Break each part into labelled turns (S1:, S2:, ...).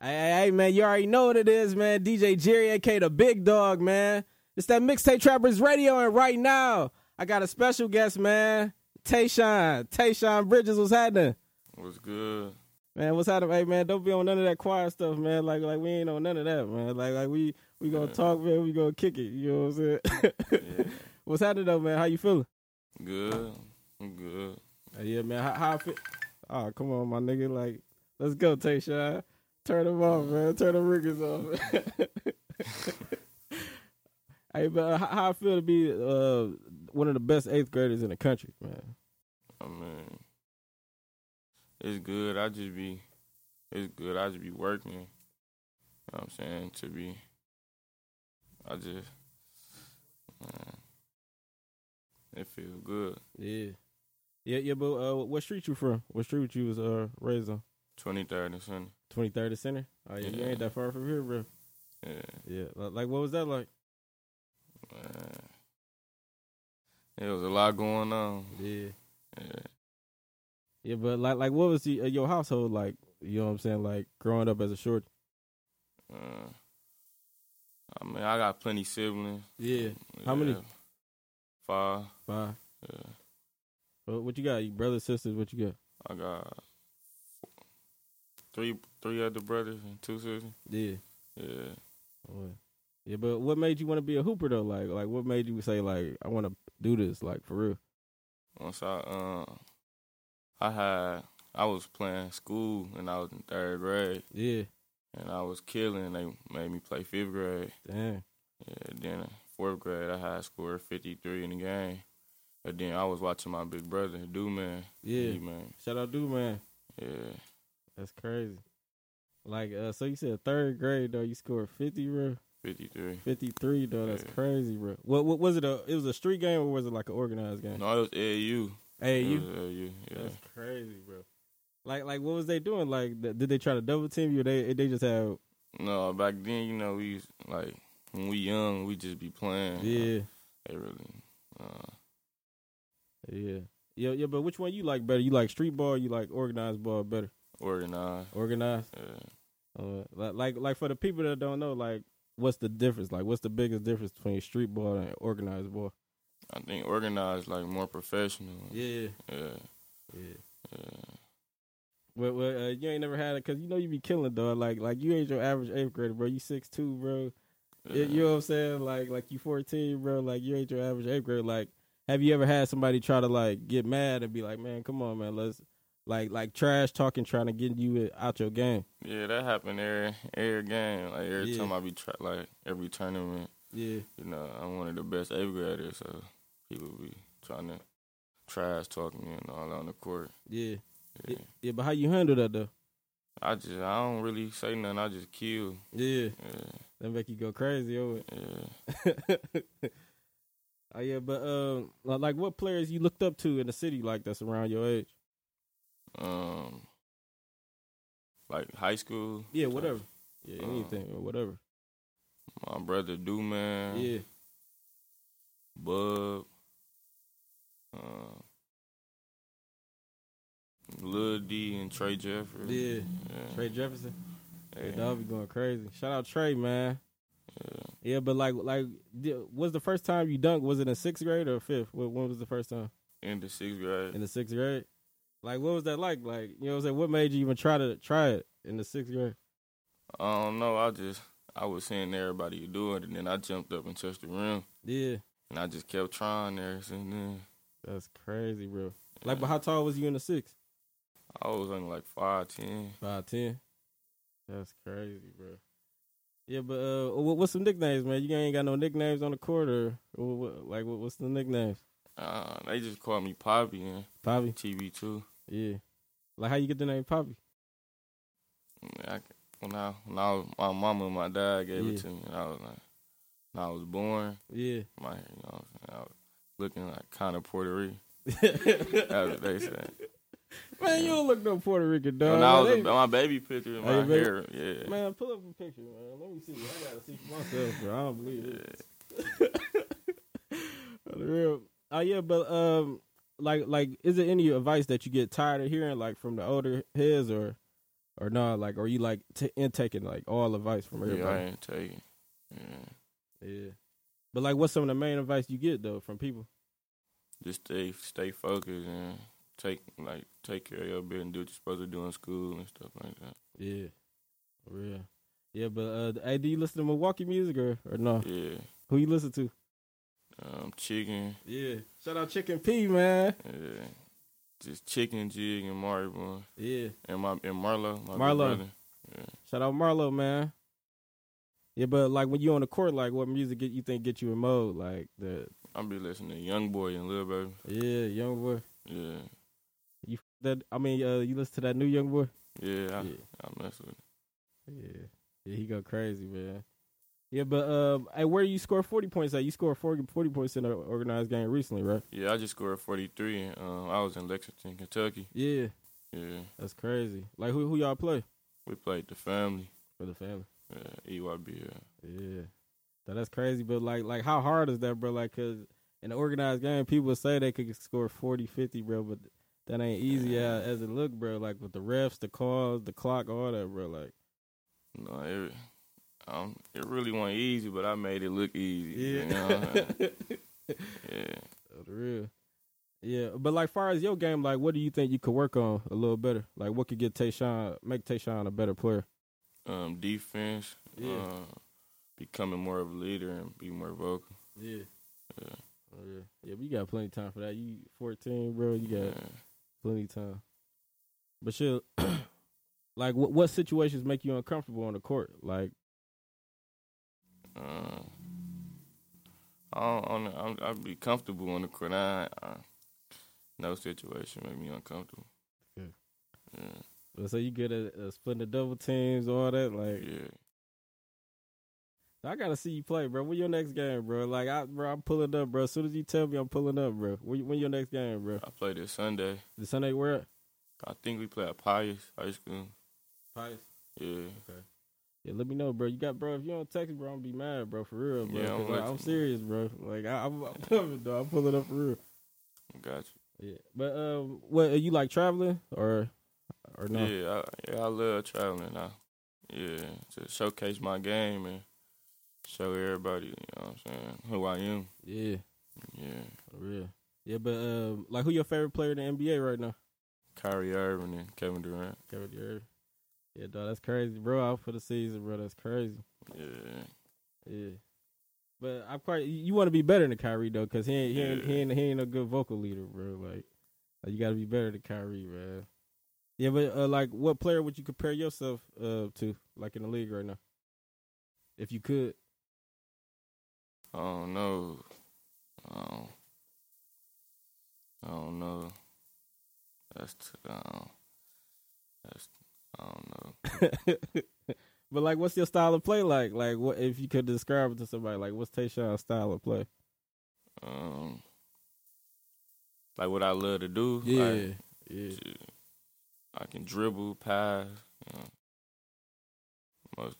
S1: Hey, hey, man, you already know what it is, man. DJ Jerry, aka the Big Dog, man. It's that Mixtape Trappers Radio, and right now I got a special guest, man. Tayshawn, Tayshawn Bridges, what's happening?
S2: What's good?
S1: Man, what's happening? Hey, man, don't be on none of that choir stuff, man. Like, like we ain't on none of that, man. Like, like we we gonna talk, man. We gonna kick it. You know what I'm saying?
S2: Yeah,
S1: what's happening though, man? How you feeling?
S2: good. I'm good.
S1: Hey, yeah, man. How, how I feel? Oh, come on, my nigga. Like, let's go, Tayshawn. Turn them off, man. Turn them riggers off. hey, but uh, how- how I feel to be uh, one of the best eighth graders in the country, man?
S2: I mean, it's good. I just be, it's good. I just be working. You know what I'm saying to be. I just, man, it feel good.
S1: Yeah. Yeah, yeah, but uh, what street you from? What street you was uh, raised on?
S2: Twenty third and Sunday.
S1: 23rd and Center? Oh, yeah, you ain't that far from here, bro.
S2: Yeah,
S1: Yeah, li- like, what was that like?
S2: man. There was a lot going on.
S1: Yeah.
S2: Yeah.
S1: Yeah, but like, like what was the, uh, your household like? You know what I'm saying? Like, growing up as a short.
S2: Uh, I mean, I got plenty siblings.
S1: Yeah. How many?
S2: Yeah. Five.
S1: Five.
S2: Yeah.
S1: What, what you got? You brothers, sisters, what you got?
S2: I got three three other brothers and two sisters.
S1: Yeah.
S2: Yeah.
S1: What? Yeah, but what made you want to be a hooper though? Like, like what made you say like I want to do this? Like for real?
S2: Once I um I had I was playing school and I was in third grade
S1: Yeah.
S2: and I was killing and they made me play fifth grade.
S1: Damn.
S2: Yeah, then in fourth grade I had scored fifty three in the game. But then I was watching my big brother, Do Man.
S1: Yeah.
S2: man.
S1: Shout out, dude, man.
S2: Yeah.
S1: That's crazy. Like, uh, so you said third grade though. You scored fifty, bro.
S2: Fifty three.
S1: Fifty three, though. That's
S2: Yeah.
S1: crazy, bro. What, what was it? A it was a street game or was it like an organized game?
S2: No, it was AU.
S1: Hey,
S2: It
S1: you.
S2: was AU, yeah.
S1: That's crazy, bro. Like, like what was they doing? Like, th- did they try to double team you? Or they they just have
S2: No, back then, you know, we used- like when we young, we just be playing.
S1: yeah.
S2: They really. Uh,
S1: Yeah. Yeah, yeah, but which one you like better? You like street ball, you like organized ball better?
S2: organized.
S1: Organized?
S2: Yeah.
S1: Uh, li- like like for the people that don't know, like what's the difference? Like what's the biggest difference between street ball and organized ball?
S2: I think organized like more professional.
S1: Yeah.
S2: Yeah.
S1: Yeah.
S2: yeah.
S1: Well, well uh, you ain't never had it because you know you be killing dog. Like like you ain't your average eighth grader, bro. You six two, bro.
S2: yeah.
S1: You know what I'm saying? Like like you fourteen, bro. Like you ain't your average eighth grader. Like have you ever had somebody try to like get mad and be like, man, come on, man, let's like like trash talking, trying to get you out your game.
S2: Yeah, that happened every every game. Like every
S1: Yeah.
S2: time I be tra- like every tournament.
S1: Yeah.
S2: You know, I'm one of the best eighth graders, so people be trying to trash talk me and all on the court.
S1: Yeah,
S2: Yeah.
S1: yeah, but how you handle that though?
S2: I just I don't really say nothing. I just kill.
S1: Yeah,
S2: Yeah.
S1: that make you go crazy over.
S2: Yeah.
S1: it. oh yeah, but um, li- like what players you looked up to in the city like that's around your age?
S2: Um. Like high school.
S1: Yeah, whatever. Yeah,
S2: Uh,
S1: anything or whatever.
S2: My brother Do Man.
S1: Yeah,
S2: Bub, uh, Lil D, and Trey Jeffrey.
S1: yeah.
S2: yeah,
S1: Trey Jefferson, yeah.
S2: yeah,
S1: dog be going crazy. Shout out Trey, man.
S2: yeah.
S1: Yeah, but like, like, di- was the first time you dunked? Was it in sixth grade or fifth? Wh- When was the first time
S2: In the sixth grade,
S1: in the sixth grade? Like, what was that like? Like, you know, what I'm saying, what made you even try to try it in the sixth grade?
S2: I don't know. I just I was seeing everybody do it, and then I jumped up and touched the rim,
S1: Yeah.
S2: and I just kept trying there. Since then,
S1: That's crazy, bro. Like, but how tall was you in the six?
S2: I was only like five ten.
S1: Five ten. That's crazy, bro. Yeah, but uh, what, what's some nicknames, man? You ain't got no nicknames on the court, or, or what, like, what, what's the nicknames?
S2: Uh, they just called me Poppy and
S1: Poppy.
S2: TB two.
S1: Yeah. Like, how you get the name Poppy?
S2: I, when I when I was, my mama and my dad gave
S1: Yeah.
S2: it to me, and I was like, when I was born,
S1: Yeah.
S2: my you know, I was looking like kind of Puerto Rican. That's
S1: man,
S2: what they said.
S1: you don't look no Puerto Rican, dog.
S2: when I was a,
S1: man,
S2: my baby picture, my
S1: Hey, baby.
S2: hair, yeah.
S1: they- man, pull up a picture, man. Let me see. I gotta see for myself, bro. I don't believe it. For the real. Oh yeah, but um, like like, is there any advice that you get tired of hearing, like from the older heads, or Or no, like, or you like t- intaking like all advice from
S2: Yeah, I
S1: everybody?
S2: ain't taking. Yeah,
S1: Yeah. But like, what's some of the main advice you get though from people?
S2: just stay stay focused and take like take care of your business, do what you're supposed to do in school and stuff like that.
S1: Yeah, For real. Yeah, but uh, hey, do you listen to Milwaukee music or or no?
S2: Yeah,
S1: Who you listen to?
S2: um, chicken.
S1: Yeah, shout out Chicken P, man.
S2: Yeah, just chicken jig and Marlon
S1: Yeah,
S2: and my and Marlo. My big
S1: Marlo.
S2: brother.
S1: shout out Marlo, man. Yeah, but like when you on the court, like what music get you think get you in mode? Like the
S2: I be listening to Young Boy and Lil Baby.
S1: yeah, young boy.
S2: Yeah,
S1: You f- that I mean, uh, you listen to that new young boy?
S2: yeah, I,
S1: Yeah.
S2: I mess with. It.
S1: Yeah, yeah, he go crazy, man. Yeah, but um, hey, where do you score forty points at? You scored 40, 40 points in an organized game recently, right?
S2: Yeah, I just scored 43. And, um, I was in Lexington, Kentucky.
S1: Yeah,
S2: Yeah,
S1: that's crazy. Like who who y'all play
S2: we played the family. uh, E
S1: for the family?
S2: Yeah, EYB. Yeah.
S1: Yeah, so that's crazy. But like, like how hard is that, bro? Like, cause in an organized game, people say they could score 40, 50, bro, but that ain't easy as, as it look, bro. Like with the refs, the calls, the clock, all that, bro. Like,
S2: No, it, um, it really wasn't easy, but I made it look easy. You know?
S1: yeah,
S2: yeah.
S1: For real. Yeah, but like far as your game, like what do you think you could work on a little better? Like what could get Tayshawn make Tayshawn a better player?
S2: Um, defense.
S1: Yeah.
S2: Uh, becoming more of a leader and be more vocal.
S1: Yeah.
S2: Yeah.
S1: Yeah, yeah, but you got plenty of time for that. You fourteen, bro. You got plenty of time. But shit, like, what what situations make you uncomfortable on the court? Like,
S2: Um, I don't, I don't- I'm, I'd be comfortable on the court. I, I, no situation make me uncomfortable.
S1: Yeah.
S2: Yeah.
S1: so you good at uh, splitting the double teams, all that. Like,
S2: Yeah.
S1: I gotta see you play, bro. When your next game, bro? Like, I, bro, I'm pulling up, bro. As soon as you tell me, I'm pulling up, bro. When, when your next game, bro?
S2: I played this Sunday.
S1: The Sunday where? at?
S2: I think we played at Pius High School. Yeah.
S1: Yeah, let me know, bro. You got, bro. If you don't text, me, bro, I'm gonna be mad, bro. For real, bro.
S2: Yeah,
S1: 'Cause,
S2: I'm
S1: like,
S2: with
S1: I'm
S2: you.
S1: serious, bro. Like, I, I'm, I'm coming, though. I'm pulling up for real.
S2: Got
S1: Yeah, but um, what are you like traveling or or
S2: you.
S1: no?
S2: Yeah, I, yeah, I love traveling. I, yeah, to showcase my game and show everybody, you know what I'm saying, who I am.
S1: Yeah,
S2: Yeah.
S1: for real. Yeah, but um, like who your favorite player in the NBA right now?
S2: Kyrie Irving and Kevin Durant.
S1: Kevin Durant. Yeah, dog, that's crazy, bro. Out for the season, bro. That's crazy.
S2: Yeah.
S1: Yeah, but I'm quite. You want to be better than Kyrie though, cause he ain't he ain't, he ain't he ain't a good vocal leader, bro. Like, like, you got to be better than Kyrie, man. Yeah, but uh, like, what player would you compare yourself uh to, like in the league right now, if you could?
S2: I don't know. I don't, I don't know. That's, t- I don't, that's, I don't know.
S1: but like, what's your style of play like? Like, what if you could describe it to somebody? Like, what's Tayshawn's style of play?
S2: Um, like what I love to do. Like,
S1: yeah,
S2: Shit. I can dribble, pass, you know, most,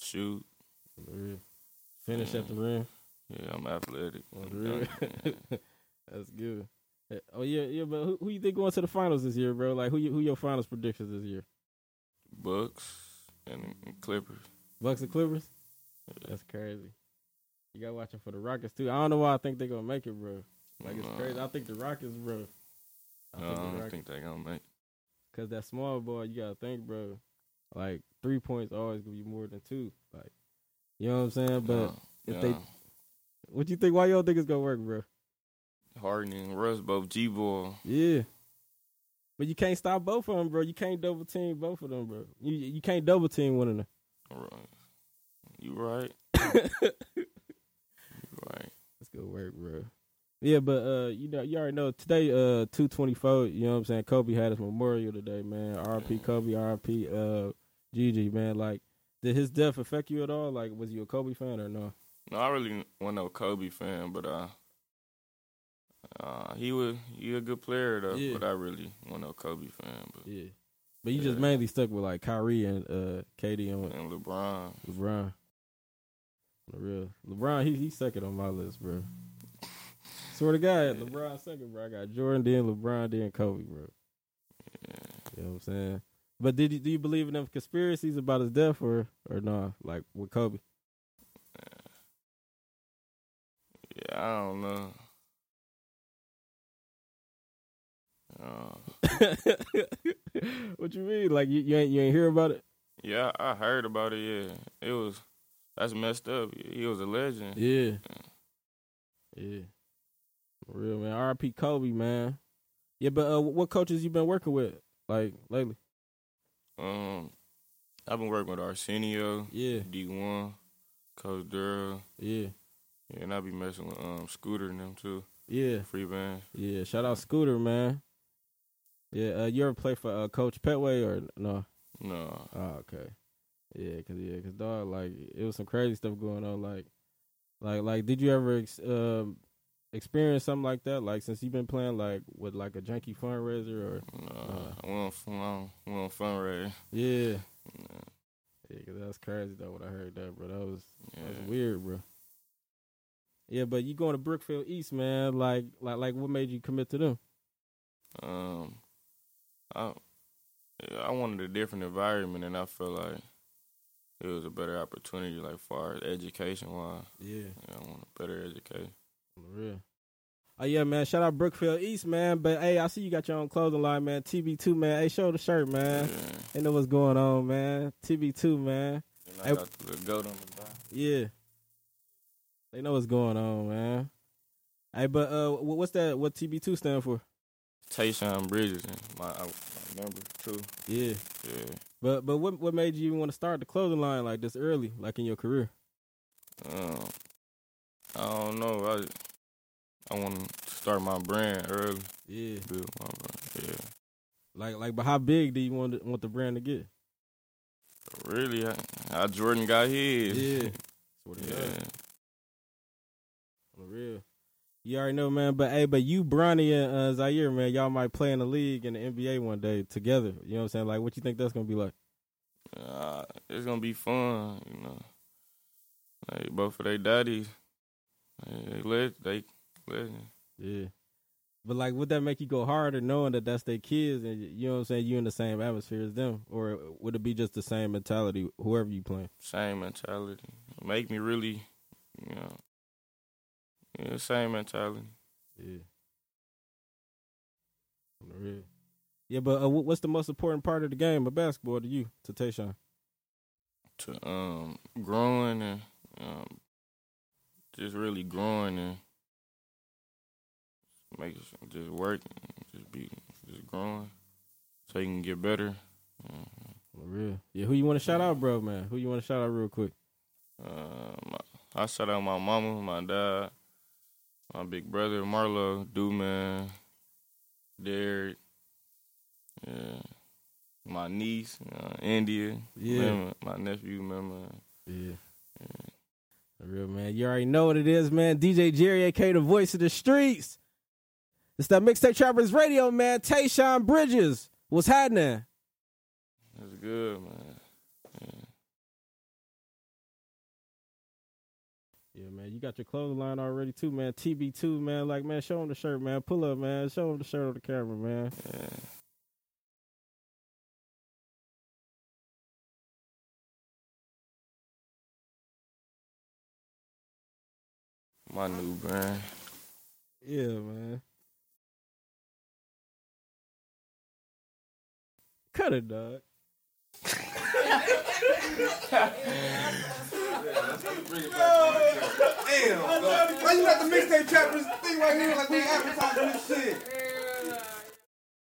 S2: shoot.
S1: for real. Finish at the rim.
S2: Yeah, I'm athletic.
S1: For
S2: I'm
S1: real.
S2: dunk.
S1: That's good. Eh, Oh yeah, yeah. But who, who you think going to the finals this year, bro? Like, who you, who your finals predictions this year?
S2: Bucks and and Clippers.
S1: Bucks and Clippers.
S2: Yeah.
S1: That's crazy. You got watching for the Rockets too. I don't know why I think they're gonna make it, bro. Like it's
S2: Nah.
S1: crazy. I think the Rockets, bro. I
S2: No, I
S1: think the
S2: don't
S1: Rockets.
S2: think they gonna make.
S1: Cause that small ball, you gotta think, bro. Like three points always gonna be more than two. Like, you know what I'm saying? But
S2: no,
S1: if
S2: no.
S1: they- what you think? Why y'all think it's gonna work, bro?
S2: Harden and Russ both G ball.
S1: Yeah. But you can't stop both of them, bro. You can't double team both of them, bro. You you can't double team one of them.
S2: You right. you right.
S1: That's gonna work, bro. Yeah, but uh, you know, you already know today, uh, two twenty four. You know what I'm saying? Kobe had his memorial today, man. R.P. Kobe, R.P. Uh, Gigi, man. Like, did his death affect you at all? Like, was you a Kobe fan or no?
S2: No, I really wasn't no Kobe fan, but uh, uh, he was he a good player though.
S1: Yeah.
S2: But I really wasn't no Kobe fan, but
S1: Yeah. But you just
S2: Yeah.
S1: mainly stuck with like Kyrie and uh KD and
S2: and LeBron.
S1: LeBron. For real. LeBron, he he's second on my list, bro. Swear to God,
S2: Yeah.
S1: LeBron second, bro. I got Jordan, then LeBron, then Kobe, bro.
S2: Yeah.
S1: You know what I'm saying? But did you, do you believe in them conspiracies about his death or or no? Like with Kobe,
S2: Yeah, I don't know. Uh,
S1: what you mean? Like you, you ain't you ain't hear about it?
S2: yeah, I heard about it. Yeah, it was that's messed up. He was a legend.
S1: Yeah, yeah. For real man. R.I.P. Kobe, man. Yeah, but uh, what coaches you been working with like lately?
S2: Um, I've been working with Arsenio,
S1: Yeah,
S2: D One, Coach Durrell,
S1: yeah,
S2: yeah, and I be messing with um Scooter and them too.
S1: yeah.
S2: Free band.
S1: Yeah, shout out Scooter, man. Yeah, uh, you ever play for uh, Coach Petway or no?
S2: No,
S1: Oh, okay. Yeah, cause yeah, cause dog, like it was some crazy stuff going on. Like, like, like, did you ever ex- um, experience something like that? Like, since you've been playing, like, with like a junkie fundraiser or
S2: no,
S1: Uh.
S2: I went on, I went on fundraiser.
S1: yeah, yeah, cause that's crazy though. When I heard that, bro, that was that's
S2: Yeah.
S1: weird, bro. Yeah, but you going to Brookfield East, man? Like, like, like, what made you commit to them?
S2: Um, I I wanted a different environment, and I felt like it was a better opportunity, like far as education wise.
S1: Yeah.
S2: Yeah, I want a better education.
S1: For real. Oh yeah, man! Shout out Brookfield East, man. But hey, I see you got your own clothing line, man. TB2, man. Hey, show the shirt, man.
S2: Yeah.
S1: They know what's going on, man. TB2, man.
S2: And
S1: Hey.
S2: I got the goat on the back.
S1: Yeah, they know what's going on, man. Hey, but uh, wh- what's that? What TB2 stand for?
S2: Tayshawn Bridges, and my, I- my number two.
S1: Yeah.
S2: Yeah.
S1: But but what what made you even want to start the clothing line like this early, like in your career?
S2: Um, I don't know. I just- I want to start my brand early.
S1: Yeah.
S2: Build my brand. Yeah.
S1: Like like, but how big do you want to, want the brand to get?
S2: Really, I, I Jordan got his.
S1: Yeah. Swear to God.
S2: Yeah.
S1: For real. You already know, man. But hey, but you, Bronny and uh, Zaire, man, y'all might play in the league and the NBA one day together. You know what I'm saying? Like, what you think that's gonna be like?
S2: Uh, it's gonna be fun, you know. Like both of their daddies, like, they let they legend.
S1: Yeah. But like, would that make you go harder knowing that that's their kids and y- you know what I'm saying? You in the same atmosphere as them, or would it be just the same mentality? Whoever you playing.
S2: same mentality. Make me really, you know, yeah, same mentality.
S1: Yeah. For real. Yeah, but uh, wh- what's the most important part of the game of basketball to you, to Tayshawn?
S2: To um, growing and um, just really growing and making some- just working, just be just growing, so you can get better. Mhm.
S1: For real. Yeah, who you want to shout out, bro, man? Who you want to shout out real quick?
S2: Um, I shout out my mama, my dad, my big brother Marlo, Duman, Derek, yeah, my niece uh, India, Lemon, my nephew Mama.
S1: Yeah. For Real man, you already know what it is, man. DJ Jerry, aka the voice of the streets. It's that mixtape trappers radio, man. Tayshawn Bridges, what's happening?
S2: That's good, man.
S1: Yeah, man, you got your clothing line already too, man. TB2, man. Like, man, show him the shirt, man. Pull up, man. Show him the shirt on the camera, man.
S2: Yeah. My new brand.
S1: Yeah, man. Cut it, dog.
S3: Damn, why you let the mixtape trappers think right here like they advertising this shit?